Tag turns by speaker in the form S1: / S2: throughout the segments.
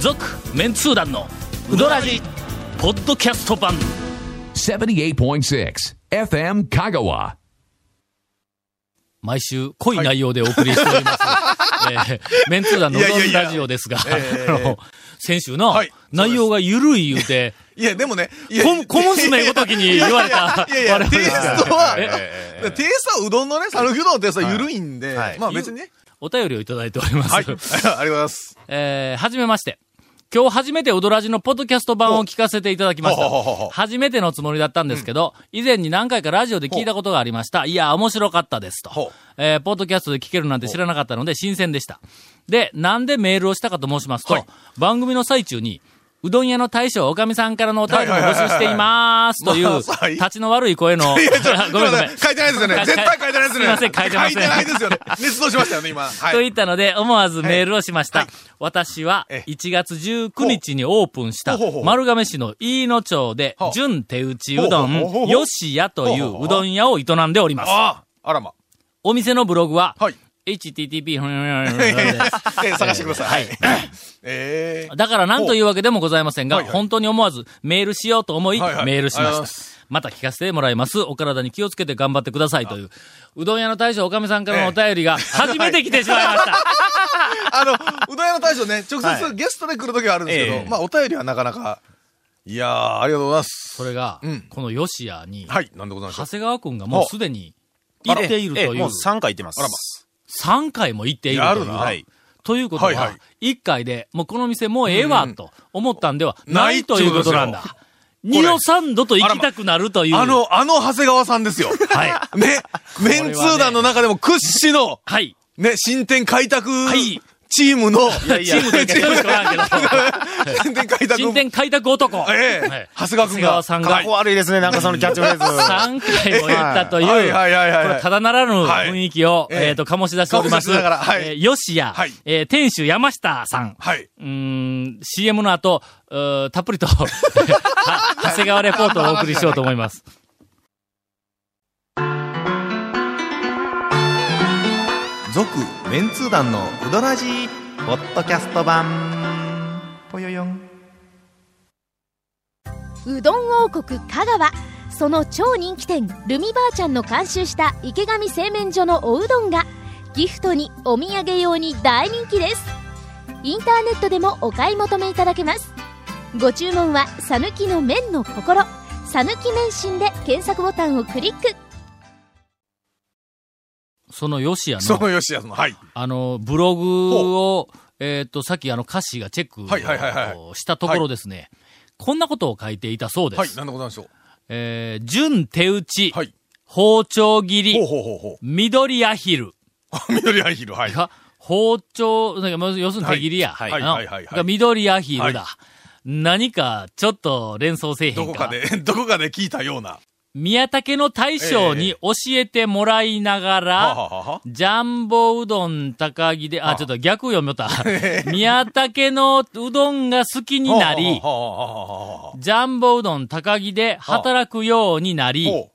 S1: 続メンツー団のウドラジポッドキャスト版
S2: 78.6 FM Kagawa.
S1: 毎週濃い内容でお送りしており ます、えーメンツー団のウドラジラジオですが、あの先週の
S3: はい
S1: 内容が緩い言うて、
S3: いや、でもね、いや
S1: こ小娘ごときに言われた
S3: いやいや、
S1: 我々
S3: テイ
S1: ですから
S3: ストは、
S4: え
S3: テイストはうどんのね、讃岐うどんのテイストは緩いんで、
S4: はいはい
S3: まあ別にね。
S1: お便りをいただいております。
S3: はい。ありがとうございます。
S1: え ーはじめまして。今日初めて踊らじのポッドキャスト版を聞かせていただきまし
S3: ほうほうほうほ
S1: た。
S3: う
S1: 初めてのつもりだったんですけど、以前に何回かラジオで聞いたことがありました。いや、面白かったです
S3: ほ
S1: と
S3: う。
S1: えーポッドキャストで聞けるなんて知らなかったので新鮮でした。で、なんでメールをしたかと申しますと、
S3: はい
S1: 番組の最中に、うどん屋の大将おかみさんからのお便りも募集していますとい
S3: ま
S1: う
S3: あはい、
S1: 立ちの悪い声の、 ごめん ごめん。
S3: 書いてないですよね。絶対書いてないです
S1: す
S3: よね。
S1: いません書いてません
S3: 書いてないですよね。熱動しましたよね、今。は
S1: と
S3: い。
S1: 言ったので、思わずメールをしました。
S3: はい
S1: 私は、
S3: ええ
S1: 1月19日にオープンした
S3: ほうほうほ、う
S1: 丸亀市の飯野町で
S3: ほ、う
S1: 純手打ちうど、
S3: ほうほうほうんほう
S1: 吉屋とい
S3: ほうほう
S1: う
S3: ほう
S1: うどん屋を営んでおります。
S3: ああ、あらま。
S1: お店のブログは、
S3: はい。
S1: http、
S3: えー探してください。はい。 えー
S1: だから何というわけでもございませんが、
S3: はいはい
S1: 本当に思わずメールしようと思い、
S3: はいはい
S1: メールしま
S3: ありがとうござい
S1: し
S3: ま
S1: た。また聞かせてもらいます。お体に気をつけて頑張ってくださいという、うどん屋の大将おかみさんからのお便りが、初めて来てしまいました。
S3: あの、うどん屋の大将ね、直
S4: は
S3: 接ゲストで来る時はあるんですけ
S4: ええ
S3: ど、まあお便りはなかなか。いやー、ありがとうございます。
S1: それが、
S3: うん
S1: この吉屋に、
S3: はい、なんでございましょ
S1: 長
S3: う。
S1: 谷川くんがもうすでに行っていると
S4: ええ
S1: い
S4: も
S1: う
S4: う、3回行ってます。
S3: あらま
S1: 3回も行っている
S3: や
S1: とい
S3: る
S1: う。
S3: な
S4: はい。
S1: ということ
S3: はいは、
S1: はい1回で、もうこの店もうええわ、と思ったんではな
S3: ないいってこと
S1: ということなんだ。二度三度と行きたくなるという。
S3: あ、の、あの長谷川さんですよ。
S1: はい。
S3: ね、メンツー団の中でも屈指の、
S1: はい。
S3: ね、新店開拓
S1: い
S3: チームの、
S1: いやいやチームというか一人しかお らんけど
S3: 新店 開拓
S1: 新店開拓男。
S3: ええ
S1: はい
S3: 長谷
S1: 長
S3: 川君が
S1: 谷川さん
S4: かっ
S1: が
S4: こ、悪いですね、なんかそのキャッチフレーズ。
S1: 3回も言ったという、こ
S3: はいはいはいはいはい
S1: れただならぬ雰囲気を、
S3: はいええ
S1: えっと、醸し出しております。
S3: 醸し出しながらはい
S1: えー吉屋
S3: はい、
S1: えー店主山下さん。
S3: はい。
S1: うーん、CM の後、うーたっぷりと、は長谷川レポートをお送りしようと思います。
S4: 続、メンツー団のうどらじ、ポッドキャスト版。ぽよよん。
S5: うどん王国香川その超人気店ルミばあちゃんの監修した池上製麺所のおうどんがギフトにお土産用に大人気ですインターネットでもお買い求めいただけますご注文は「さぬきの麺の心」「さぬき麺心」で検索ボタンをクリック
S1: その吉屋
S3: そ
S1: の、
S3: の吉安の、はい。
S1: あの、ブログを、えっ、と、さっきあの歌詞がチェックを
S3: はいはいはいはい
S1: こうしたところですね、こんなことを書いていたそうです。
S3: はい、なんでございましょう。
S1: えー、純手打ち、
S3: はい。
S1: 包丁切
S3: ほう
S1: り、
S3: ほうほうほ
S1: 緑アヒル
S3: う。 緑アヒル、はい。
S1: が、包丁、なんかまず要するに手切りや。
S3: はい
S1: あの
S3: はいはいはいはい
S1: が緑アヒルだ。
S3: は
S1: 何か、ちょっと連想せえへんか。
S3: どこかで、 どこかで聞いたような。
S1: 宮武の大将に教えてもらいながら、
S3: はあはあはあ
S1: ジャンボうどん高木で、あ、ちょっと逆読みよ った。宮武のうどんが好きになり
S3: は、あはあはあはあはあ
S1: ジャンボうどん高木で働くようになり
S3: ほ、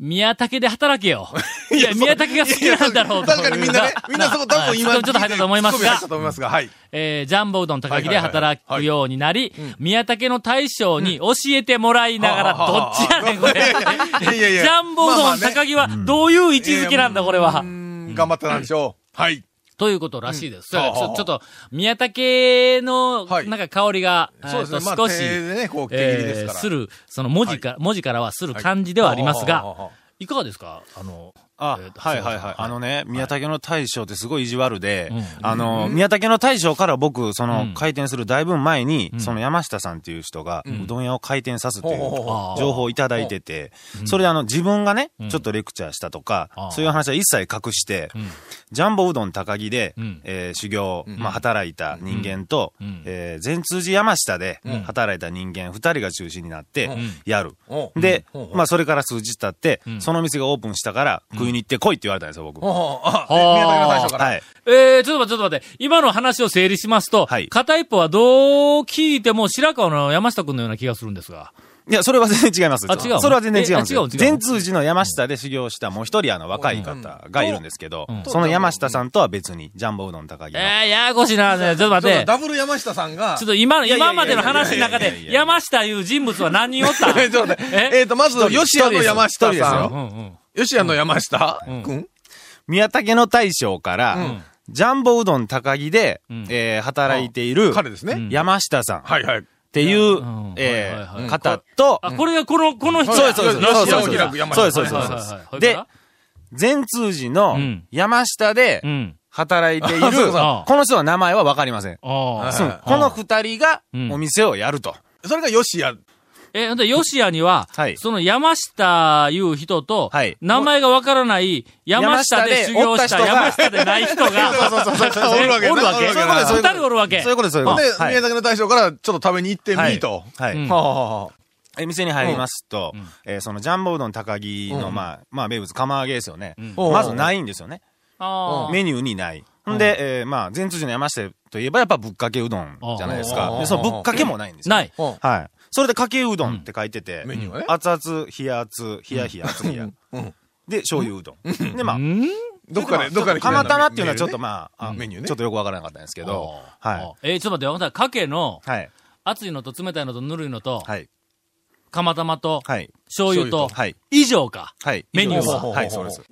S1: 宮武で働け よ。いや、宮武が好きなんだろう
S3: う
S1: と
S3: 確かにみん なね、みんなそこ多分今、
S1: ちょっと入ったと思います
S3: ツッコミ入
S1: が
S3: った、と思いますが、はい。
S1: えージャンボうどん高木で働くようになり、宮武の大将に教えてもらいながら、
S3: はあは
S1: どっ
S3: あ
S1: ちやねん、これ。
S3: いやいやい
S1: ジ
S3: や
S1: ャンボうどん高木はどういう位置づけなんだ、これは
S3: う。ーん頑張ったなんでしょう。はい。
S1: ということらしいです。
S3: うん
S1: だからち
S3: はあは
S1: ょ
S3: あ
S1: ちょっと、宮武の、
S3: はい
S1: なんか香りが、え
S3: そ
S1: ー
S3: うです
S1: と
S3: ね。まあ
S1: 少し、
S3: 手でね、こう、毛切りです
S1: え
S3: か
S1: ー
S3: ら。
S1: する、その文字か、文字からはする感じではあります
S3: はあはあはあ
S1: が
S3: はあ、
S1: いかがですかあの、
S4: あ
S1: えー、と
S4: はいはいはい。あのね、宮武の大将ってすごい意地悪で、あの、
S3: うん
S4: 宮武の大将から僕、その、
S1: うん
S4: 開店するだいぶ前に、
S1: うん
S4: その山下さんっていう人が、
S3: ん
S4: うどん屋を開店さすって
S3: ほ
S4: い
S3: うほうほ
S4: う
S3: うほう
S1: あー
S4: 情報をいただいてて、それであの、自分がね、ちょっとレクチャーしたとか
S1: あー、
S4: そういう話は一切隠して、ジャンボうどん高木で
S1: うん、
S4: えー修行、まあ、働いた人間と
S1: うん、
S4: えー善通寺山下で働いた人間二人が中心になって
S3: ん、
S4: やる。
S3: おう
S4: で
S3: うん、
S4: まあ、それから数日経って
S1: う、ん
S4: その店がオープンしたから、食いに行って来いって言われたんですよ、僕。
S3: おう
S4: は
S3: おうあ
S1: はあ
S3: 宮崎の大将から。
S4: い。
S1: えー、ちょっと待って、ちょっと待って。今の話を整理しますと、
S4: はい
S1: 片一方はどう聞いても白川の山下くんのような気がするんですが。
S4: いや、それは全然違います。
S1: あ違うの
S4: それは全然違うんです
S1: えあ違う違。う
S4: よ全通寺の山下で修行したもう一人あの若い方がいるんですけど、その山下さんとは別に、ジャンボうどん高木の。
S1: えー、ややこしいな、ね、ちょっと待って。
S3: ダブル山下さんが
S1: ちょっ、と今の、
S4: いやいや
S1: 今までの話の中
S4: いやいやい
S1: で、
S4: やいや
S1: 山下いう人物は何人おっ た
S3: えちょっと待ってえっと、まず、吉谷の山下さん。吉谷の山下
S1: うん
S3: くん
S4: 宮武の大将から、
S3: ん
S4: ジャンボうどん高木で、
S1: うん
S4: えー働いている、
S3: 彼ですね。
S4: 山下さんっ
S3: はいはい。
S4: ていう、
S1: ん
S4: え
S1: はいはいは
S4: ー
S1: い
S4: 方と、
S1: あ、これがこの、この人
S4: そうです、そうです。
S3: よし
S4: そうです
S3: よし開く山
S4: そう
S3: 下
S4: です、そうで
S1: は
S4: す。そ
S1: いは
S4: う
S1: い
S4: で
S1: はい
S4: す
S1: はい
S4: で、善通寺の
S1: うん
S4: 山下で
S1: うん。
S4: 働いている、
S3: あそうかそう
S1: か
S4: この人の名前はわかりません。
S1: ああ。
S4: そう
S3: はい
S4: この二人が
S1: うん
S4: お店をやると。
S3: それが吉谷。
S1: え、ほんで、吉谷には、
S4: はい
S1: その山下いう人と、
S4: はい
S1: 名前がわからない山下で修行した山
S4: 山
S1: 下
S4: 下
S1: でない人が、
S3: そうそうそう。おるわけ
S1: おるわけ。
S3: そういうことです。
S4: そういうことです
S1: 二人おるわけ
S4: そうい。うことです、そういうこと
S3: で
S4: です。、はい
S3: 宮崎の大将からちょっと食べに行って
S4: は
S3: み
S4: い
S3: いと。
S4: はい。
S1: うん
S4: はあはあはあえ店に入りますと、
S1: ん
S4: えーそのジャンボうどん高木の、
S3: うん
S4: まあ、まあ、名物釜揚げですよね。
S1: ん
S4: まずないんですよね。
S1: ああ
S4: メニューにない。ほんで、えーまあ、前通寺の山下といえばやっぱぶっかけうどんじゃないです
S3: うん
S4: か。で、そのぶっかけもないんですよ。。
S1: ないい。
S3: うん
S4: はい。それでかけうどんって書いてて、
S3: メニューはね。
S4: 熱々、冷熱、冷や冷や、熱冷や。で、醤油うどん。で、まあ、
S1: ん
S3: どっかで、どっかで。
S4: 釜玉っていうのはちょっと
S3: あ。
S4: まあ、あ
S3: メニューね
S4: ちょっとよくわからなかったんですけど、は
S1: えーちょっと待って、ほんなら、かけの、
S4: い。はい。
S1: 熱いのと冷たいのとぬるいのと、
S4: はい。
S1: 釜玉と、
S4: はい。
S1: 醤油と、
S4: はい。
S1: 以上か。
S4: はい。
S1: メニューは
S4: は。はい、そうです。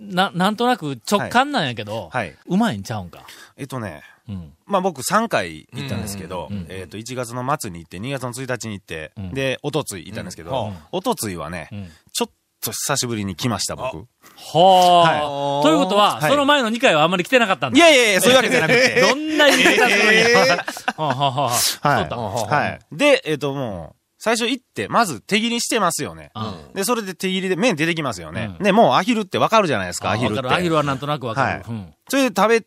S1: な、なんとなく直感なんやけど、
S4: はいはい。
S1: うまいんちゃうんか。
S4: えっとね、
S1: うん。
S4: まあ僕3回行ったんですけど、
S1: ん
S4: えっと1月の末に行って、2月の1日に行って
S1: うん、
S4: で、おとつい行ったんですけ
S1: う
S4: ど
S1: ん、
S4: おとついはね
S1: う、ん。
S4: ちょっと久しぶりに来ました、僕。
S1: はあ。
S3: はい
S1: ということは、
S4: はい
S1: その前の2回はあんまり来てなかったん
S4: い
S1: だ。
S4: やいやいや、そういうわけじゃなくて。
S1: どんな言い方するんや。はあはあはあ
S4: は
S1: 太った
S4: い。 はい。で、えっともう、最初行って、まず手切りしてますよね。
S1: うん
S4: で、それで手切りで麺出てきますよね。
S1: うん
S4: で、もうアヒルってわかるじゃないですか、
S1: あ
S4: アヒルっ
S1: わか
S4: て。
S1: るアヒルはなんとなくわかる
S4: はい。
S1: うん
S4: それで食べ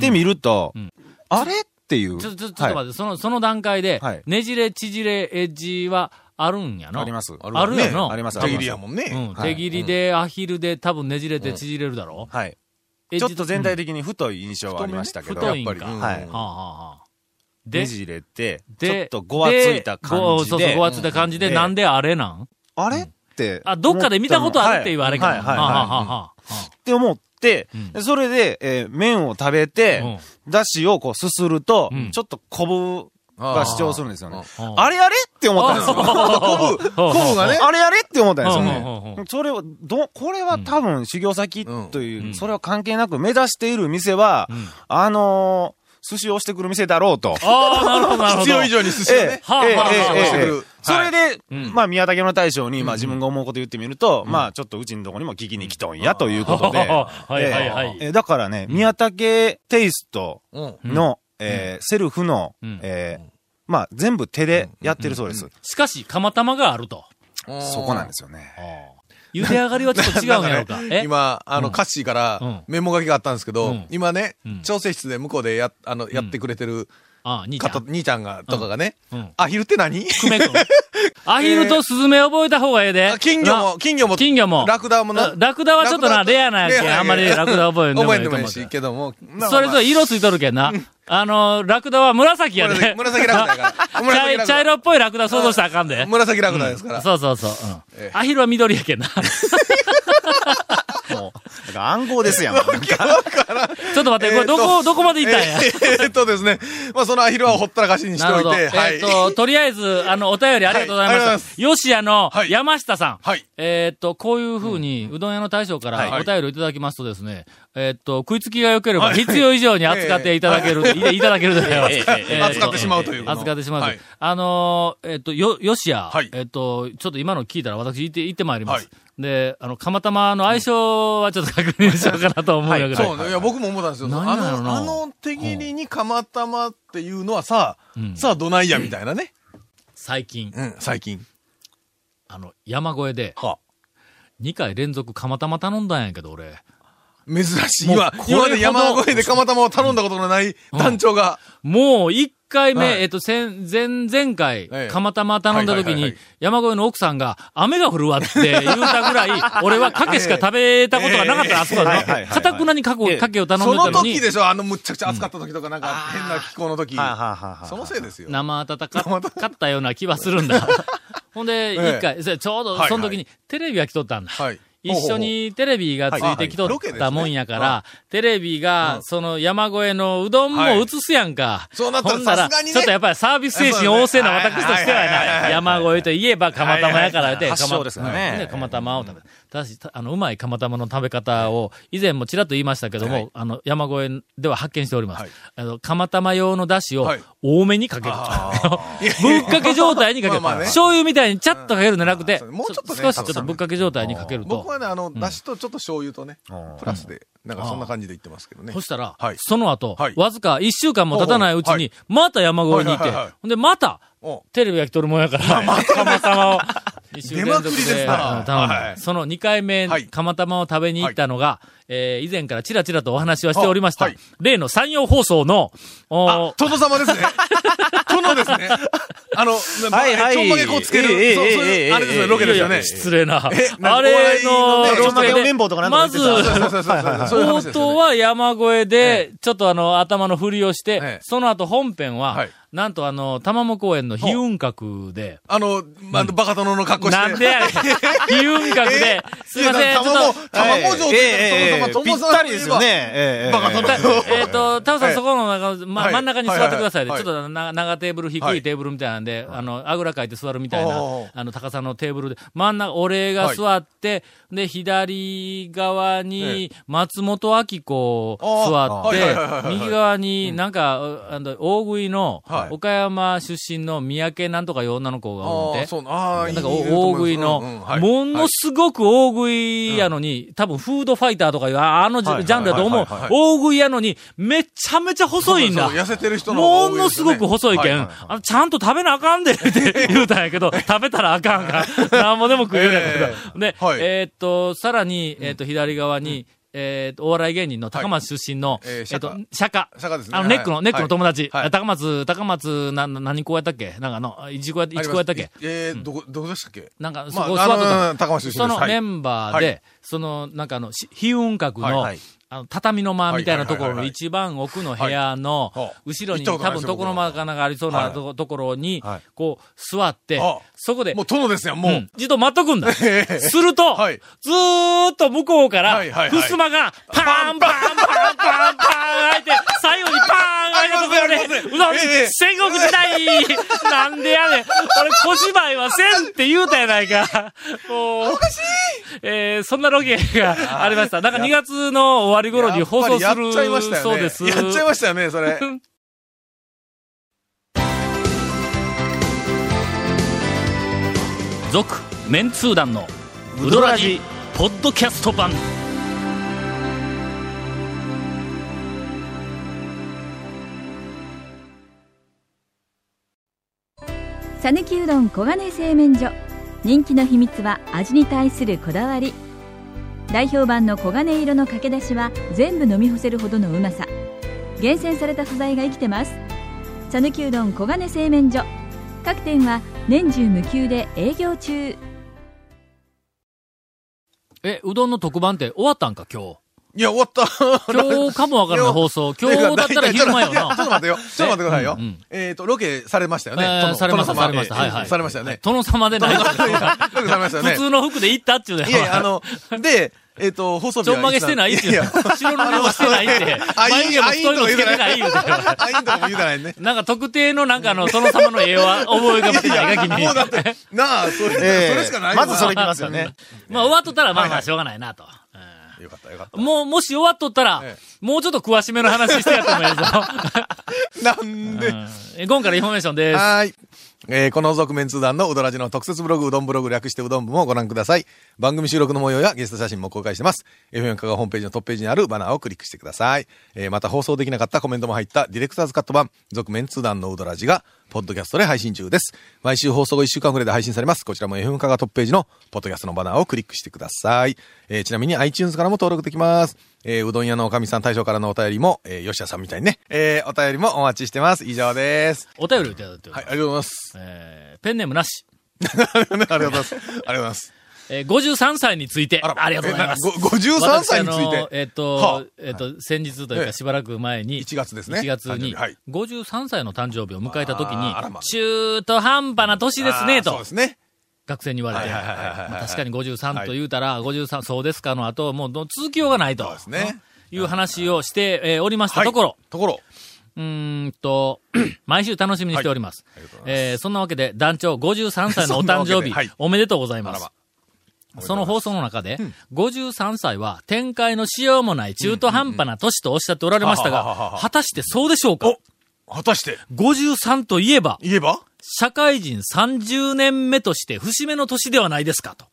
S4: てみると、
S1: うんうん
S4: あれっていう。
S1: ちょ、ちょ、ちょっと
S4: はい
S1: 待って、その、その段階で
S4: はい、
S1: ねじれ、縮れ、エッジはあるんやの。
S4: あります。
S1: あるやの。
S4: あります、あ
S3: 手切
S4: りま
S3: り
S4: す
S3: や。もんね。
S1: うん。
S4: はい
S1: 手切りで、アヒルで、多分ねじれて縮れるだろ
S4: はい。
S1: エッ
S4: ちょ
S1: ジ
S4: っと全体的に太い印象はありましたけど、
S1: 太
S4: やっ
S1: いん
S4: ぱ
S1: か
S4: り。。
S1: は
S4: はい
S1: あはあはあ。で
S4: ね、じれて、ちょっ
S1: で、
S4: とごわついた感
S1: ご
S4: じ
S1: そうそう、
S4: で
S1: ご、わついた感じで、なんであれなん
S4: あれって。
S1: あ、どっかで見たことあるって言われか
S4: はいはいはいはい。って思って
S1: うん、
S4: でそれで、えー麺を食べて、だしをこうすすると
S1: うん、
S4: ちょっと昆布が主張するんですよね。
S1: あ
S4: あれあれって思ったんですよ。
S1: コブ、コ
S3: 昆布がね。
S4: あれあれって思ったんですよ
S1: うんうんうんう
S4: ね。それを、ど、これは多分修行先と
S1: う
S4: い
S1: ん
S4: う、それは関係なく目指している店は、あのー、寿司をしてくる店だろうと。
S1: ああ、なるほど、 なるほど。
S3: 必要以上に寿司をね。
S1: はあはあはあ
S4: ええええ
S3: してく
S4: ええ
S3: る
S4: それで、
S1: うん
S4: まあ、宮武の大将に、まあ、自分が思うこと言ってみると、まあ、ちょっとうちのとこにも聞きに来とんや、ということ で。
S1: はいはいはい
S4: え。えだからね、宮武テイスト
S3: うん。
S4: の、えーセルフの、
S1: うん
S4: えーまあ、全部手でやってるそうです。
S1: しかし、釜玉があると。
S4: そこなんですよね。
S1: 茹で上がりはちょっと違うんやろうか。え
S3: 今、あの、
S1: うん
S3: 歌詞か
S1: うん
S3: らメモ書きがあったんですけど、
S1: うん
S3: 今ね、
S1: うん
S3: 調整室で向こうでや、あの、やってくれてる
S1: ああ、兄ちゃ
S3: 方、
S1: ん。
S3: 兄ちゃんが、とかがね、
S1: うん
S3: アヒルって何。
S1: 久米君。アヒルとスズメ覚えた方がええで
S3: 金魚も、金魚も、
S1: 金魚も。
S3: ラクダもな
S1: ラクダはちょっとな、レアなやけん。あんまりラクダ覚えんでも
S3: 覚
S1: いい
S3: えて
S1: と
S3: もい
S1: 思
S3: いうし、けども、
S1: それぞ
S3: まあ
S1: れ色ついとるけんな。あの、ラクダは紫やで。
S3: 紫紫ラクダやから紫
S1: 茶
S3: ラクダ
S1: 茶色っぽいラクダ想像したらあかんで。
S3: 紫ラクダですから。
S1: そうそうそう。うん
S3: ええ
S1: アヒルは緑やけ んな。
S4: もう、だから暗号ですやん。 なんか
S1: ちょっと待って、これどこ、どこまで行ったんや。
S3: えーっとですね、まあそのアヒルはほったらかしにして
S1: な
S3: お
S1: る
S3: い
S1: ほど。
S3: て、
S1: え
S3: は
S1: ー
S3: い
S1: っ。と、とりあえず、あの、お便りありがとうございま
S3: はいありがとうございま
S1: した。吉谷の
S3: はい
S1: 山下さん。
S3: はい
S1: えーっと、こういうふうに、うどん屋の大将から
S3: はい
S1: お便りをいただきますとですね、えーっと、食いつきが良ければ必要以上に扱っていただける、いいただけると思います。えーっと
S3: 扱ってしまうというこの
S1: 扱ってしまうという
S3: はい
S1: あのー、えーっと、よ、吉谷
S3: はい
S1: えーっと、ちょっと今の聞いたら私行って、行ってまいりま
S3: は
S1: す。で、あの、釜玉の相性はちょっと確認しようかなと思うんやけど。
S3: そうね。いや、僕も思ったんですよ。
S1: 何
S3: あ
S1: なの
S3: の、あの手切りに釜玉っていうのはさ、
S1: うん
S3: さあどないやみたいなね。
S1: 最近、
S3: うん、最近。
S1: あの、山越えで、
S3: は
S1: 2回連続釜玉頼んだんやけど、俺。
S3: 珍しい。
S1: もう
S3: 今
S1: これ、
S3: 今まで山越えで釜玉を頼んだことのない団長が。
S1: もう1回目、
S3: はい
S1: えっと、先前、前回
S3: ええ、
S1: 釜玉頼んだ時
S3: はいはいは
S1: に
S3: いはい、
S1: 山越えの奥さんが、雨が降るわって言うたぐら い、俺はかけしか食べたことがなかった、あそこ
S4: は
S1: は
S4: いはいはいは
S1: な。
S4: い
S1: かたくなにかこかけを頼ん
S3: そ
S1: でた
S3: の
S1: のに
S3: 時、でしょあのむっちゃくちゃ暑かった時とか、なんか変な気候の時。
S4: はあはあはあはあ
S3: そのせいですよ。
S1: 生温かかったような気はするんだ。ほんで、
S3: ええ
S1: 一回、それちょうど
S3: はい
S1: その時にテレビが来とったんだ。
S3: はい。
S1: 一緒にテレビがついてきとったもんやか
S3: はい
S1: ら、テレビが、その山越えのうどんも映すやんか。
S3: そうなったら
S1: ほんなら、
S3: さすがにね
S1: ちょっとやっぱりサービス精神旺盛な私としては
S3: はいはいはいは
S1: な、
S3: い
S1: 山越えといえば釜玉やから言うて、
S4: はいはいはい発祥ですからね
S1: うんで釜玉を食べた。ただし、たあの、うまい釜玉の食べ方を、以前もちらっと言いましたけども、あの、山越えでは発見しております。あの、釜玉用の出汁を
S3: はい
S1: 多めにかける。 ぶっかけ状態にかける。
S3: まあまあね
S1: 醤油みたいにちゃっとかけるんじゃなくて、
S3: うんもうちょっとね
S1: 少しちょっとぶっかけ状態にかけると
S3: 僕。はね、あの、だしとちょっと醤油とね
S4: うん、
S3: プラスで、なんかそんな感じで言ってますけどね
S1: そ。したら、
S3: はい
S1: その後、
S3: はい
S1: わずか1週間も経たないうち
S3: ほう
S1: に、また山越えに行って、
S3: はいはいはい
S1: ほんでまた、
S3: お
S1: テレビが来とるもんやから、釜玉を、 一週連続
S3: 出まくりですな
S1: あの頼む
S3: はい
S1: その2回目
S3: はい、
S1: 釜玉を食べに行ったのが、えー以前からチラチラとお話はしておりました、
S3: あはい
S1: 例の山陽放送の、おー
S3: あ、殿 様ですね。殿ですね。あの、
S4: はいはい
S3: ちょんまげこうつける、
S4: ええ
S3: そうそう
S4: えええ
S3: いう、
S4: え
S3: あれですね、ロケですよね。
S1: 失礼な。
S3: えなんか
S1: あれ
S3: お
S1: の
S3: 笑い
S1: ロ
S3: のね
S4: ちょんま
S1: ケ
S4: げ
S1: で、
S4: 綿棒とかなんと
S1: ま
S4: か
S1: ず
S4: 言って、た
S3: そうそうそうそう。そういう
S1: 冒
S3: 話ですよ
S1: 頭
S3: ね。
S1: は山越えで、ちょっとあの、頭の振りをして
S3: ええ、
S1: その後本編は
S3: はい、
S1: なんとあの、玉藻公園の飛雲閣で、
S3: あの、まあの、バカ殿の格好して。
S1: なんでや ねん飛雲閣で、すいません、ちょっ
S3: 卵、
S1: と、
S3: 卵状態
S4: ええええええぴったりですよ。ね。ええええ
S3: バカ殿。
S1: えっ と、タオさ
S3: は
S1: ん
S3: い
S1: そこの中の、ま
S3: はい
S1: 真ん中に座ってくださいね。ちょ
S3: は
S1: っ
S3: い
S1: とな長テーブル、低
S3: はいい
S1: テーブルみたいなんで、あの、あぐらかいて座るみたいな
S3: おー、
S1: あの、高さのテーブルで、真ん中、俺が座って、で、左側に松本明子座っ
S3: あーはい
S1: て
S3: はいはいは、い
S1: 右側になんか、あの、大食いの
S3: は、い
S1: 岡山出身の三宅なんとかいう女の子がおるん
S3: あ
S1: で
S3: あ、、そうああ、いい
S1: なんか
S3: いいと
S1: お大
S3: 思
S1: 食
S3: います
S1: いの、
S3: うんうんはい
S1: ものすごく大食いやのに、多分フードファイターとかいう、ああのジ,、
S4: はいはい
S1: ジャンルだと思う、
S4: はいはいはい
S1: 大食いやのに、めちゃめちゃ細いんだ
S3: そう。そう痩せてる人の
S1: も
S3: 方が多い
S1: の
S3: です
S1: す
S3: よね
S1: ごく細いけん、
S3: は
S1: あのちゃんと食べなあかんで、 って言うたんやけど、食べたらあかんから、なんもでも食うようになったけど
S3: え
S1: で、
S3: はい
S1: えーっと、さらに、えーっと、左側に、えーっと、お笑い芸人の高松出身の、
S3: えー
S1: えーっと
S3: 釈、
S1: 釈迦。
S3: 釈迦ですね
S1: あの、
S3: はい
S1: ネックの、ネックの友達。
S3: はいはい
S1: 高松、高松、な、な何こうやったっけなんかあの、いちこや、い
S3: あります
S1: ちこやったっけ
S3: えー、どこ、どこでしたっけ
S1: なんか、そ
S3: まあ
S1: こ座っとった、
S3: あの高松出身です
S1: その
S3: はい
S1: メンバーで、
S3: は
S1: その、なんかあの、し飛雲閣の、
S3: はいはい
S1: あの、畳の間みたいなところ
S3: はいはいはい
S1: の
S3: はい
S1: 一番奥の部屋の
S3: はいはあ、
S1: 後ろに
S3: 行った
S1: 多
S3: ことないで
S1: 分
S3: す
S1: 床の間かなんかありそうな
S3: はい
S1: とこところに
S4: はい、
S1: こう、座って
S3: あ、
S1: そこで、
S3: もう殿ですよ、もう。
S1: うんじっと待っとく んだ。すると
S3: はい、
S1: ずーっと向こうから、
S3: はいはいはい
S1: 襖が、パンパンパンパンパン開いて、左右にパーン開いたところ
S3: ありますねあ
S1: で、
S3: りますね
S1: うどん
S3: ええ、
S1: 戦国時代なんでやねん。俺、小芝居はせんって言うたやないか。もう、えー、そんなロケがありました。なんか2月の終わり頃に放送す
S3: やっぱり
S1: る
S3: やっちゃいましたよね。
S1: そうです。
S3: やっちゃいましたよね、それ。
S1: 続、メンツー団の、ウドラジ、ポッドキャスト版。
S6: さぬきうどん黄金製麺所人気の秘密は味に対するこだわり代表版の黄金色のかけだしは全部飲み干せるほどのうまさ厳選された素材が生きてますさぬきうどん黄金製麺所各店は年中無休で営業中
S1: え、うどんの特番って終わったんか、今日。
S3: いや、終わった。
S1: 今日かもわからない放送。今日だったら昼間よ
S3: いやちょっと
S1: な。
S3: 待ってよ。ちょっと待ってくださいよ
S1: うんうん。
S3: えっと、ロケされましたよね
S1: えー。
S3: 殿
S1: されました、
S3: 殿様
S1: されました。
S3: えー
S1: はいはい。
S3: されましたよね。
S1: 殿様でない
S3: いやロケされましたよね。
S1: 普通の服で行ったっちゅうね。
S3: いやいや、あの、で、えっと、放送日
S1: ち
S3: は
S1: ょんまげしてないっちゅうね。白のもしてないって。
S3: あいい
S1: 眉毛も太いのつけてない言うて。
S3: あ、いいとこも言うたらいね。
S1: なんか特定のなんかあの殿様の絵は覚えが
S3: い
S1: ちないか、君。
S3: もうだって、なあ、それ、そ
S4: ええ
S3: れしかないよ
S4: ま
S3: な
S4: ずそれいきますよね。
S1: まあ終わっとったらまあまあしょうがないなと。
S3: よかった、よかっ
S1: もう、もし終わっとったら
S3: え、
S1: もうちょっと詳しめの話してやってもいいぞ。
S3: た。なんで、
S1: うん今からインフォメーションです。
S3: はーい。えーこの続面通談のうどらじの特設ブログ、うどんブログ略してうどん部もご覧ください。番組収録の模様やゲスト写真も公開してます。FM 香川ホームページのトップページにあるバナーをクリックしてください。えーまた放送できなかったコメントも入ったディレクターズカット版、続面通談のうどらじが、ポッドキャストで配信中です。毎週放送後1週間くらいで配信されます。こちらも FM 香川トップページのポッドキャストのバナーをクリックしてください。えーちなみに iTunes からも登録できます。えーうどん屋のおかみさん大将からのお便りも、えー吉田さんみたいにね、えーお便りもお待ちしてます。以上です。
S1: お便りをいただいており
S3: は
S1: ます。
S3: い、ありがとうございます。
S1: えーペンネームなし。
S3: ありがとうございます。ありがとうございます。
S1: えー、53歳について、ありがとうございます。
S3: えなご53歳につい
S1: 私あの
S3: て。
S1: えっ、と、
S3: はあ
S1: えっ、と、先日という
S3: え
S1: か
S3: え
S1: しばらく前に、
S3: 1月ですね
S1: 1月に
S3: 誕生日はい、
S1: 53歳の誕生日を迎えた時に
S3: あーあらま、
S1: 中途半端な年ですね、
S3: あーそう
S1: と
S3: で。すね。
S1: 学生に言われて。
S3: はいはいはいはい
S1: まあ確かに53と言うたら、53、そうですかの後、もうどう続きようがないと。
S3: そうですね
S1: いう話をして、えーおりましたところ、
S3: ところ。
S1: うーん と、毎週楽しみにしております。
S3: ありがとうござい
S1: えーそんなわけで、団 長53歳のお
S3: そんな
S1: 誕
S3: わけで
S1: 生日、
S3: はい
S1: おめでとうございま
S3: あ
S1: す
S3: ら。
S1: その放送の中で、53歳は展開のしようもない中途半端な年とおっしゃっておられました
S3: うんうんうんははは
S1: が、
S3: は
S1: 果たしてそうでしょうか
S3: ます。果たして、
S1: 53といえば、
S3: 言えば
S1: 社会人30年目として節目の年ではないですかと。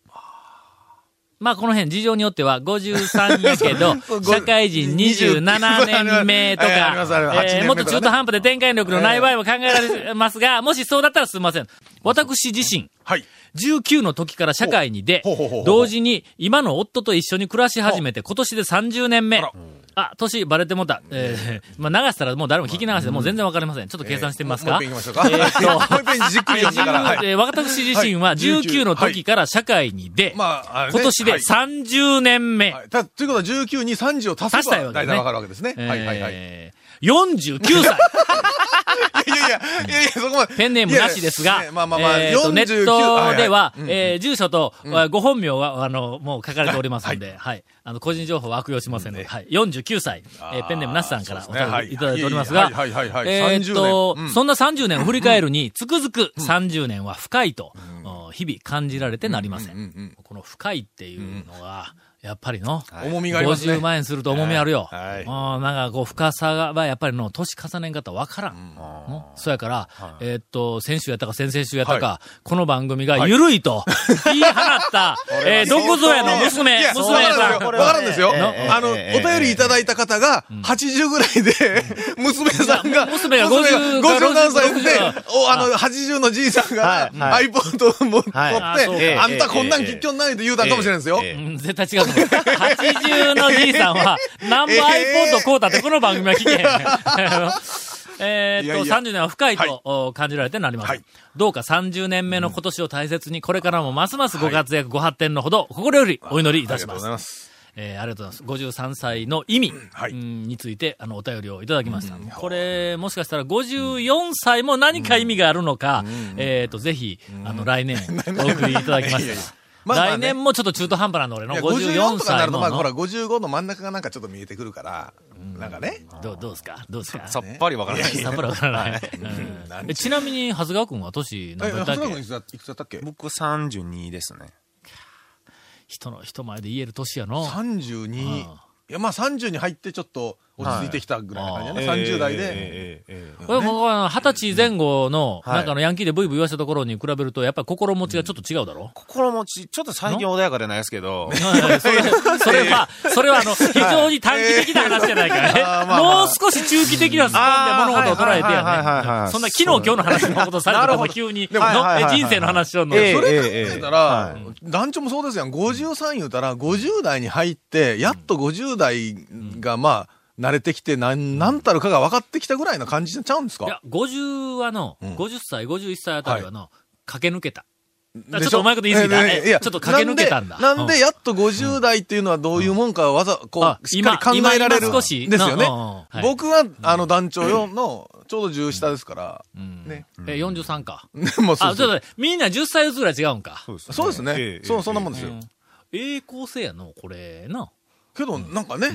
S1: まあこの辺事情によっては53やけ ど、社会人27年目と
S3: ええあり
S1: か
S3: ますあります、8年目とかね
S1: もっと中途半端で展開力のない場合も考えられますが、もしそうだったらすみません。私自身、
S3: はい。
S1: 19の時から社会に出
S3: ほうほうほうほう、
S1: 同時に今の夫と一緒に暮らし始めて今年で30年目
S3: あら。
S1: あ、年バレてもうた。えー、 まあ流したらもう誰も聞き流してもう全然わかりません。ちょっと計算してみますか。
S3: えーもう一遍行きましょう か。もう一遍じっくり読んだから。はい。
S1: えー私自身は
S3: はい
S1: 19の時から社会に出、
S3: まああれね
S1: 今年で
S3: はい
S1: 30年目。
S3: はいたということは19に30を
S1: 足し
S3: 足せ
S1: たいわ
S3: ば
S1: けね
S3: 大体わかるわけですね。はいはいはい。い
S1: えー49歳
S3: やいやいや、いやいや、そこまで。
S1: ペンネームなしですが、
S3: いやいやまあまあまあ、
S1: えーと
S3: 49。
S1: ネットでは、
S3: いい
S1: えー住所と、あご本名は、あの、もう書かれておりますので、はい、あの、個人情報は悪用しませんので、はい、49歳、えーペンネームなしさんから
S3: そ
S1: お
S3: うですね
S1: 便りいただいておりますが
S3: はい、はいはいはいはい
S1: えーっと
S3: 30、年うん
S1: そんな30年を振り返るに、つくづく30年は深いと、お日々感じられてなりません。
S3: うんうん
S1: この深いっていうのが、やっぱりの、
S3: うん重みがありますね。
S1: 50万円すると重みあるよ。
S3: はいはい
S1: うんなんかこう、深さが、やっぱりの、年重ねん方わからん。うんそやから、えーっと、先週やったか先々週やったか、この番組がゆるいと、言い放 った、えー、どこぞやの娘、
S3: い
S1: 娘
S3: や
S1: さ
S3: わ
S1: ん。
S3: かるんですよ。わかるんですよ。あの、お便りいただいた方が、80ぐらいで、娘さんが、
S1: 娘が50
S3: 娘が50何歳で
S1: 60、
S3: お、あの、80のじいさんが、
S4: は
S3: iPod を持って
S4: はい
S1: あそう
S3: って、あんたこんなん結局ないで言うたんかもしれないですよ。
S4: えええ
S1: うん絶対違うと思う。80のじいさんは、ナンバー iPod こうたってこの番組は聞けへん。 えーっと、
S3: いやいや
S1: 30年は深い
S3: はい
S1: とお感じられてなります。
S3: はい
S1: どうか30年目の今年を大切に、これからもますますご活躍、ご発展のほど、心よりお祈りいたします。
S3: ます。
S1: えーありがとうございます。53歳の意味、うんについて、あの、お便りをいただきました。これ、もしかしたら54歳も何か意味があるのか、えーっと、ぜひ、あの、来年、お送りいただきま
S3: いやい
S1: し
S3: や
S1: たら。
S3: まあまあね
S1: 来年もちょっと中途半端なの俺の
S3: いや
S1: 54
S3: 54とかに
S1: 歳
S3: な
S1: の
S3: ると、まあ、ほら、55の真ん中がなんかちょっと見えてくるから、なんかね。
S1: どうどうですかどうですか
S4: さっぱりわからない。
S1: さっぱりわからない。うんえちなみに、長谷川君は年
S3: え、
S1: 何
S3: 長
S1: だった
S3: 谷川
S1: っ
S3: 君
S1: け
S3: いくつだいくつだったっけ
S7: 僕32ですね。
S1: 人の、人前で言える年やの。
S3: ?32。い
S1: あ
S3: や、まあ30に入ってちょっと落ち着いてきたぐらいな感じだね。30代で。
S7: ええええええ
S1: これ僕は二十歳前後の、なんかあのヤンキーでブイブイ言わせたところに比べると、やっぱり心持ちがちょっと違うだろ
S4: 心持ち、ちょっと最近穏やかじゃないですけど、
S1: それ、それは、それはあの、非常に短期的な話じゃないからね。もう少し中期的なスパンで物事を捉えて
S4: あーはいはいはいはい
S1: や
S4: は
S1: ね。
S4: い
S1: そんな昨日今日の話のことされたらもう急に、の
S4: はいはいはいはい
S1: え人生の話をの。
S4: ええ
S3: それ考
S4: え
S3: え
S4: え
S3: たら、団長もそうですやん。53言うたら、50代に入って、やっと50代が、まあ、慣れてきて、なん、なんたるかが分かってきたぐらいな感じちゃうんで
S1: い
S3: すか
S1: や、50はの、
S3: うん
S1: 50歳、51歳あたりはの、駆け抜けた。
S3: で
S1: ちょっ
S3: し
S1: とうまいこと言い過ぎた
S3: ええええいや
S1: ちょっと駆け抜けたんだ
S3: なんで、なん
S1: うん
S3: でやっと50代っていうのはどういうもんかわざ、こ
S1: あ
S3: う、しっかり考えられ
S1: 今
S3: る。
S1: 今少し
S3: ですよね
S1: うんうんうんはい。
S3: 僕は、あの、団長用の、ちょうど10下ですから。
S1: うん
S3: ね
S1: え、43か。
S3: ねもうそう
S1: あ、ちょっと
S3: そう。
S1: 待ってみんな10歳ずつぐらい違うんか。
S7: そうです
S3: そうです
S7: ええ
S3: ね
S7: え。え
S3: そう、そんなもん
S7: え
S3: です
S1: う
S3: よ
S1: ん。ええ構成やの、これな。
S3: けど、なんかね、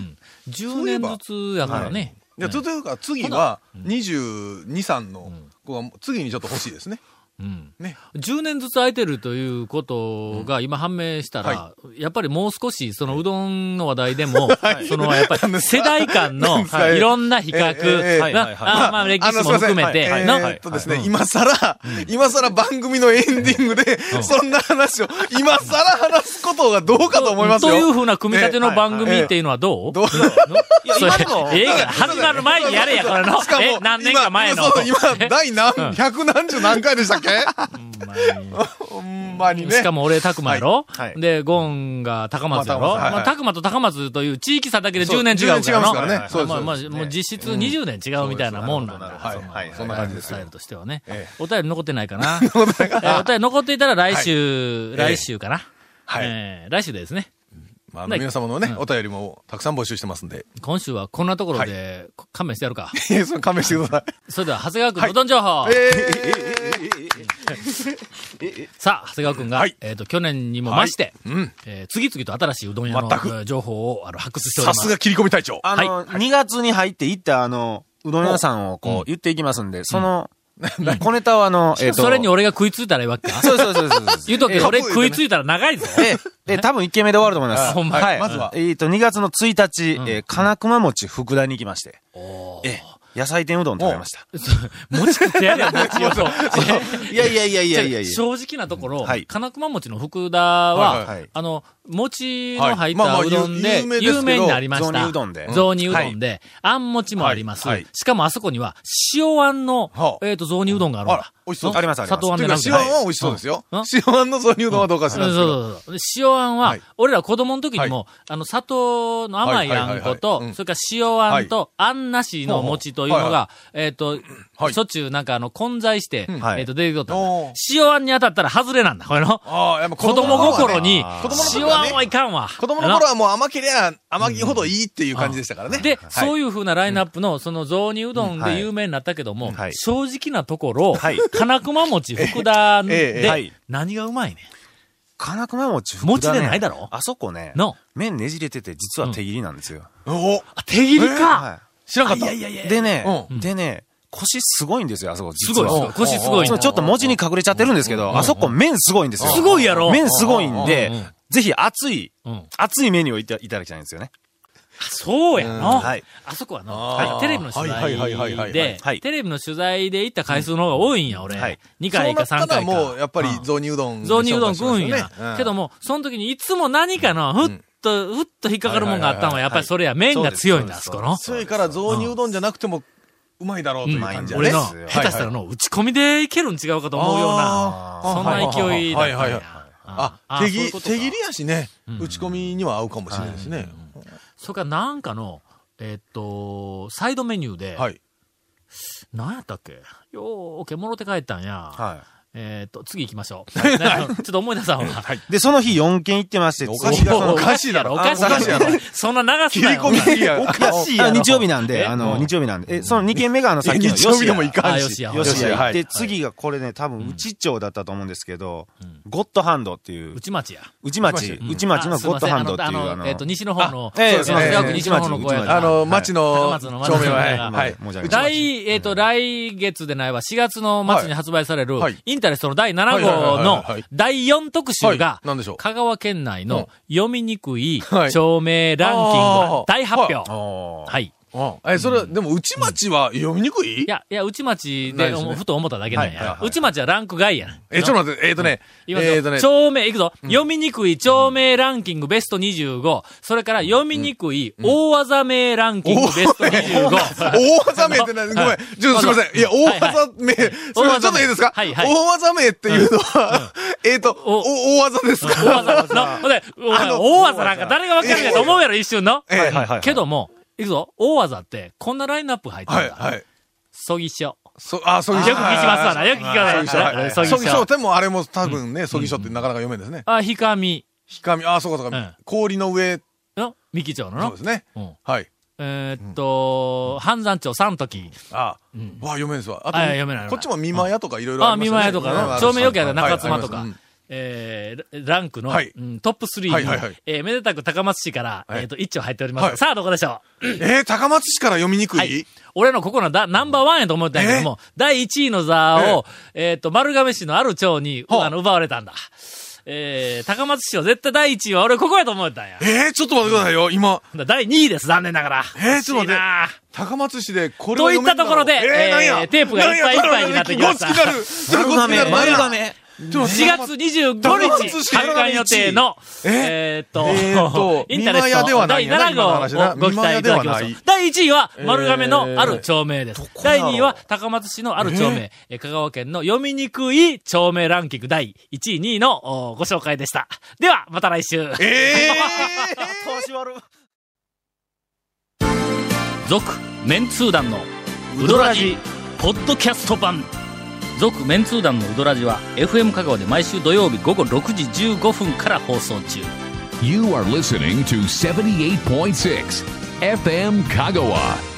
S1: 10年ずつやからね。
S3: いや、というか、次は、22、3の子が、次にちょっと欲しいですね。
S1: うん
S3: ね
S1: 10年ずつ空いてるということが今判明したら、やっぱりもう少し、そのうどんの話題で も、そのやっぱり世代間の
S3: か
S1: いろんな比較、
S3: ええええはい
S1: なあまあ歴史も含めて、
S3: あのすいません
S1: の
S3: はいえーっとですね、今さら、今さら番組のエンディングで、そんな話を、今さら話すことがどうかと思いますよ。
S1: というふうな組み立ての番組っていうのはどう
S3: どう
S1: いや、今の。映画始まる前にやれや、これの
S3: しか。も
S1: え、何年か前の。
S3: 今そう今、第
S1: うん
S3: 何、百何十何回でしたっけほんまにね。
S1: しかも俺、たくまやろ、
S4: はいはい
S1: で、ゴンが高松やろ、
S3: まあ高松はい
S1: まあ、たくまと高松という地域差だけで10年違うから
S3: そう10年違いますからね
S1: はい
S3: そうです
S1: まあまあ、
S3: そうです
S1: もう実質20年違うみたいなもんなんだ。
S3: はい、はい、そんな感じです
S1: スタイ
S3: よ
S1: ル。としてはね
S3: え。
S1: お便り残ってないか な。えーお便り残っていたら来週、
S3: はい
S1: 来週かな。
S3: はい
S1: えー来週でですね。
S3: まあ、
S1: ない
S3: 皆様のね、
S1: うん
S3: お便りもたくさん募集してますんで。
S1: 今週はこんなところで、勘弁してやるか。
S3: いやその勘弁してください。
S1: それでは、長谷川くんのうどん情報。 さあ、長谷川くんが、
S3: はい
S1: えっ、と、去年にも増して、
S3: うん。
S1: えー次々と新しいうどん屋の
S3: 全く
S1: えー情報をあの発掘しておりま
S3: さ
S1: す。
S3: すが切り込み隊長。
S4: あの、
S1: はい
S4: 2月に入って行ったあの、うどん屋さんを
S1: うん
S4: こう言っていきますんで、その、小ネタをあの、えっと、
S1: それに俺が食いついたらいいわけ か。
S4: そうそうそうそうそう。
S1: 言うとくけど、
S4: え
S1: 俺食いついたら長いぞ。
S4: え、え、多分1軒目で終わると思います。
S1: あほんま
S4: はい。
S1: まずは
S4: えっと、2月の1日、
S1: うん
S4: えー金熊餅福田に行きまして。え、野菜天うどん食べました。
S1: 餅食ってやれよ、餅を。
S4: いやいやいやいやいやいや。
S1: 正直なところ、
S4: はい
S1: 金熊餅の福田は、
S3: はいはい
S1: あの、餅の入っ
S3: はいまあま
S1: た
S3: あ
S1: うどんで
S3: 有名ですけど
S1: 有名になりました。
S4: 雑煮うどんで
S1: 雑煮うどんで、あん餅もあります。しかもあそこには、塩あんの
S3: は、あ
S1: えっと、雑煮うどんがあるん
S3: あら
S1: だ。
S3: 美味しそう
S1: の
S4: ありますあります
S1: 砂糖あん
S3: とい
S1: じゃ
S3: う
S1: な
S3: か
S1: く、て
S3: 塩あんは美味しそうですよ。塩あんのそういうのはどうかし
S1: そう
S3: らん
S1: そ
S3: で
S1: う
S3: すけ
S1: そ
S3: ど。
S1: うそう。で塩あんは、
S3: はい
S1: 俺ら子供の時にも、
S3: は
S1: あの、砂糖の甘いあんこと、
S3: はいはいはいはいうん
S1: それから塩あんと、あんなしの餅というのが、
S3: ほうほうは
S1: えっ、と、
S3: はい
S1: しょっちゅうなんかあの、混在して、
S3: ん
S4: はい
S1: えっ、と、出てきとったんだ
S3: おー
S1: 塩あんに当たったら外れなんだ、これの。
S3: ああ、やっぱ
S1: 子供
S3: の頃
S1: 心
S3: はね
S1: に
S3: 子供の、頃
S1: 塩
S3: は
S1: あ
S3: ね
S1: んはいかんわ。
S3: 子供の頃はもう甘けりゃ甘きほどいいっていう感じでしたからね。
S1: で、
S3: はい
S1: そういう風なラインナップの、その雑煮うどんで有名になったけども、
S4: はい
S1: 正直なところ、
S4: はい
S1: 金熊餅福田
S3: ええええは
S1: で
S4: い、
S1: 何がうまいね
S4: 金熊餅福田、ね。
S1: 餅でないだろ
S4: あそこね、
S1: の
S4: 麺ねじれてて実は手切りなんですよ。
S3: お
S1: あ、手切りか、
S4: は
S3: 知らなかった。
S1: いやいやいや
S4: い。でね、
S3: う
S4: でね、腰すごいんですよ、あそこ。
S1: す
S4: 実
S1: ごい
S4: は。
S1: すごい、腰すごい
S4: そ
S1: ね
S4: う。ちょっと文字に隠れちゃってるんですけど、あそこ麺すごいんですよ。
S1: すごいやろ
S4: 麺すごいんで
S1: うんうんうん、
S4: ぜひ熱い、
S1: うん
S4: 熱いメニューをいたいただきたいんですよね。
S1: そうやの、
S4: はい
S1: あそこはの、
S3: あー
S1: テレビの取
S3: はいはいはい
S1: 材
S3: はいは
S1: で
S3: い
S4: は、い
S1: テレビの取材で行った回数の方が多いんや、俺。
S4: はい
S1: 2回か3回か。
S3: そうなったらもう、やっぱり雑煮うどん。
S1: 雑煮うどん食うん
S3: ね
S1: や。けども、その時にいつも何かの、ふっと、ふっと引っかかるもんがあったのは、やっぱりそれや、麺が強いんだ、あそこの。
S3: 強いから雑煮うどんじゃなくても、うまいだろうという感じやね。
S1: 俺の、
S3: はいはい
S1: 下手したらの、打ち込みでいけるん違うかと思うような
S3: あ、ー
S1: そんな勢いだったんや。
S3: はいはいはいあ、
S1: ー
S3: 手
S1: そういう
S3: 切
S1: こ
S3: り、
S1: とか
S3: 手切りやしね、打ち込みには合うかもしれないですね。
S1: それからなんかの、えっと、サイドメニューで、
S3: はい。
S1: 何やったっけようけもろて帰ったんや。
S4: は
S1: えっと、次行きましょう。なんかちょっと思い出さんわ。はい。
S4: い。で、その日4軒行ってまして、
S3: おかしいだろ
S1: おかしいだろ、おかしいだ
S4: おかしいだろ
S1: ろ。そんな長さ
S3: 切り込みすぎや。お
S4: いやあ日曜日なん
S1: え
S4: で、あの、
S1: うん
S4: 日曜日なんで。え、その2軒目があの、さっきの
S3: 日曜日でもいか
S1: あ
S3: ん
S1: よし
S3: し。
S1: や
S4: よし
S3: よしやは
S4: や。
S3: い
S4: で、次がこれね、多分、内町だったと思うんですけど、ゴッドハンドっていう、
S1: 内町や。
S4: 内町、内町の
S1: あすい
S4: ゴ
S1: ま
S4: ッ
S1: せ
S4: ド
S1: ん
S4: ハンドっていう、
S1: あの、あ
S4: あ
S1: の
S4: の、
S1: えっと、西の方の、
S4: あええ
S1: そうです
S3: そうです
S1: 長く西の方
S4: 内
S1: の
S4: 町
S1: 公園
S3: あの、
S1: 高
S3: 町の
S1: 松
S3: 町
S1: の
S3: 名
S1: 町の
S3: は、はい。
S4: 申し訳ない。
S1: 来、えっ、と、来月でないわ、4月の末に発売される、
S3: はい
S1: インタレストの第7
S3: はいはいはい
S1: 号
S3: はい
S1: の
S3: はい
S1: 第4特集が
S3: はい、何でしょう
S1: 香川県内の読みにくい
S3: はい
S1: 町名ランキング
S3: あ
S1: の
S3: ー
S1: 大発表。
S4: あー
S1: はい。
S3: うんえ、それ、でも、内町は読みにくい
S1: いや、いや、内町
S3: ない
S1: で、
S3: ですね
S1: ふと思っただけなん
S3: はいはい
S1: や
S3: は。い
S1: 内町はランク外やな。
S3: え、ちょっと待って、えっとね、
S1: いきますよ
S3: えっとね、
S1: 町名、いくぞ、読みにくい町名ランキングベスト25。それから読みにくい大技名ランキングベスト25。
S3: 大技名ってな、ごめん、ちょっとすいません。いや、大技名、すいませんちょっといいですか
S1: はいはい
S3: 大技名っていうのは、 えっと、
S1: お
S3: お大技です
S1: 大
S3: か
S1: 技の、ほんで、お前大技なんか誰がわかるんやと思うやろ、一瞬の。
S3: はいはい
S4: はい
S1: けども、いくぞ、大技って、こんなラインナップ入って
S3: はい、
S1: るんだ。
S3: はい。
S1: そぎしょ。
S3: そ、あ、そう
S1: よ
S3: い
S1: く
S3: う
S1: 聞きますわな、よく聞き
S3: そ
S1: ま
S3: ぎ
S1: す
S3: 書
S1: わな。そぎ
S3: そぎ
S1: しょ
S3: 書。でもあれも多分ね、そぎ書ってなかなか読めんですね。
S1: あ、ひかみ、
S3: ひかみ、あ、そうかそう
S1: うん
S3: か。氷の上、
S1: の、三木町の
S3: そ
S1: の
S3: うです。ね。
S1: うん
S3: はい。
S1: えーっと、半山町三時。
S3: あ、わ、読めんですわ。あ
S1: あいや読めない
S3: と、こっちも見まやとかいろいろ
S1: あ、
S3: あり
S1: 三
S3: ま
S1: 輪
S3: す
S1: 屋と
S3: よね。うん
S1: か
S3: あ
S1: の、照明よけや中妻と
S3: は
S1: か
S3: いありますうん、
S1: えーラランクの、
S3: はい
S1: うんトップ3に、
S3: はいはいはい
S1: えーめでたく高松市から、
S3: はい
S1: えーと、一丁入っております。
S3: はい
S1: さあ、どこでしょ
S3: えー、高松市から読みにく
S1: うはいい。俺のここのだナンバーワンやと思ったんやけども、第1位の座を、えーと、丸亀市のある町に、
S3: はあ
S1: あの、奪われたんだ。えー、高松市は絶対第1位は俺ここやと思ったんや。
S3: えー、ちょっと待ってくださいよ。今、
S1: 第2位です、残念ながら。
S3: えーちょ
S1: 惜し
S3: っと待って
S1: いな
S3: 高松市でこれ
S1: と
S3: はい
S1: った
S3: 読めんだ
S1: と
S3: ろ
S1: ころで、
S3: えー、なんや
S1: えーテープがいっぱいいっぱいになってきました。
S3: ごっつきなる。ちょっとごっつきなる。
S4: 丸
S3: 亀。
S4: 亀。
S3: ちょっと
S1: 4月25日、 発刊予定の、えーっと、
S3: えーっ と
S1: インタレス
S3: 見間屋で
S1: ト
S3: はな
S1: 第
S3: いんやな
S1: 7号をご期待いただきま
S3: 見間屋ではない
S1: すと。第1位は丸亀のある町名です。第2位は高松市のある町名、えー香川県の読みにくい町名ランキング第1位、2位のおご紹介でした。では、また来週。
S3: え
S1: 続、メンツー団のウドラジ、ポッドキャスト版。続、メンツー団のウドラジは、FM 香川で毎週土曜日午後6時15分から放送中。
S2: You are listening to 78.6 FM Kagawa.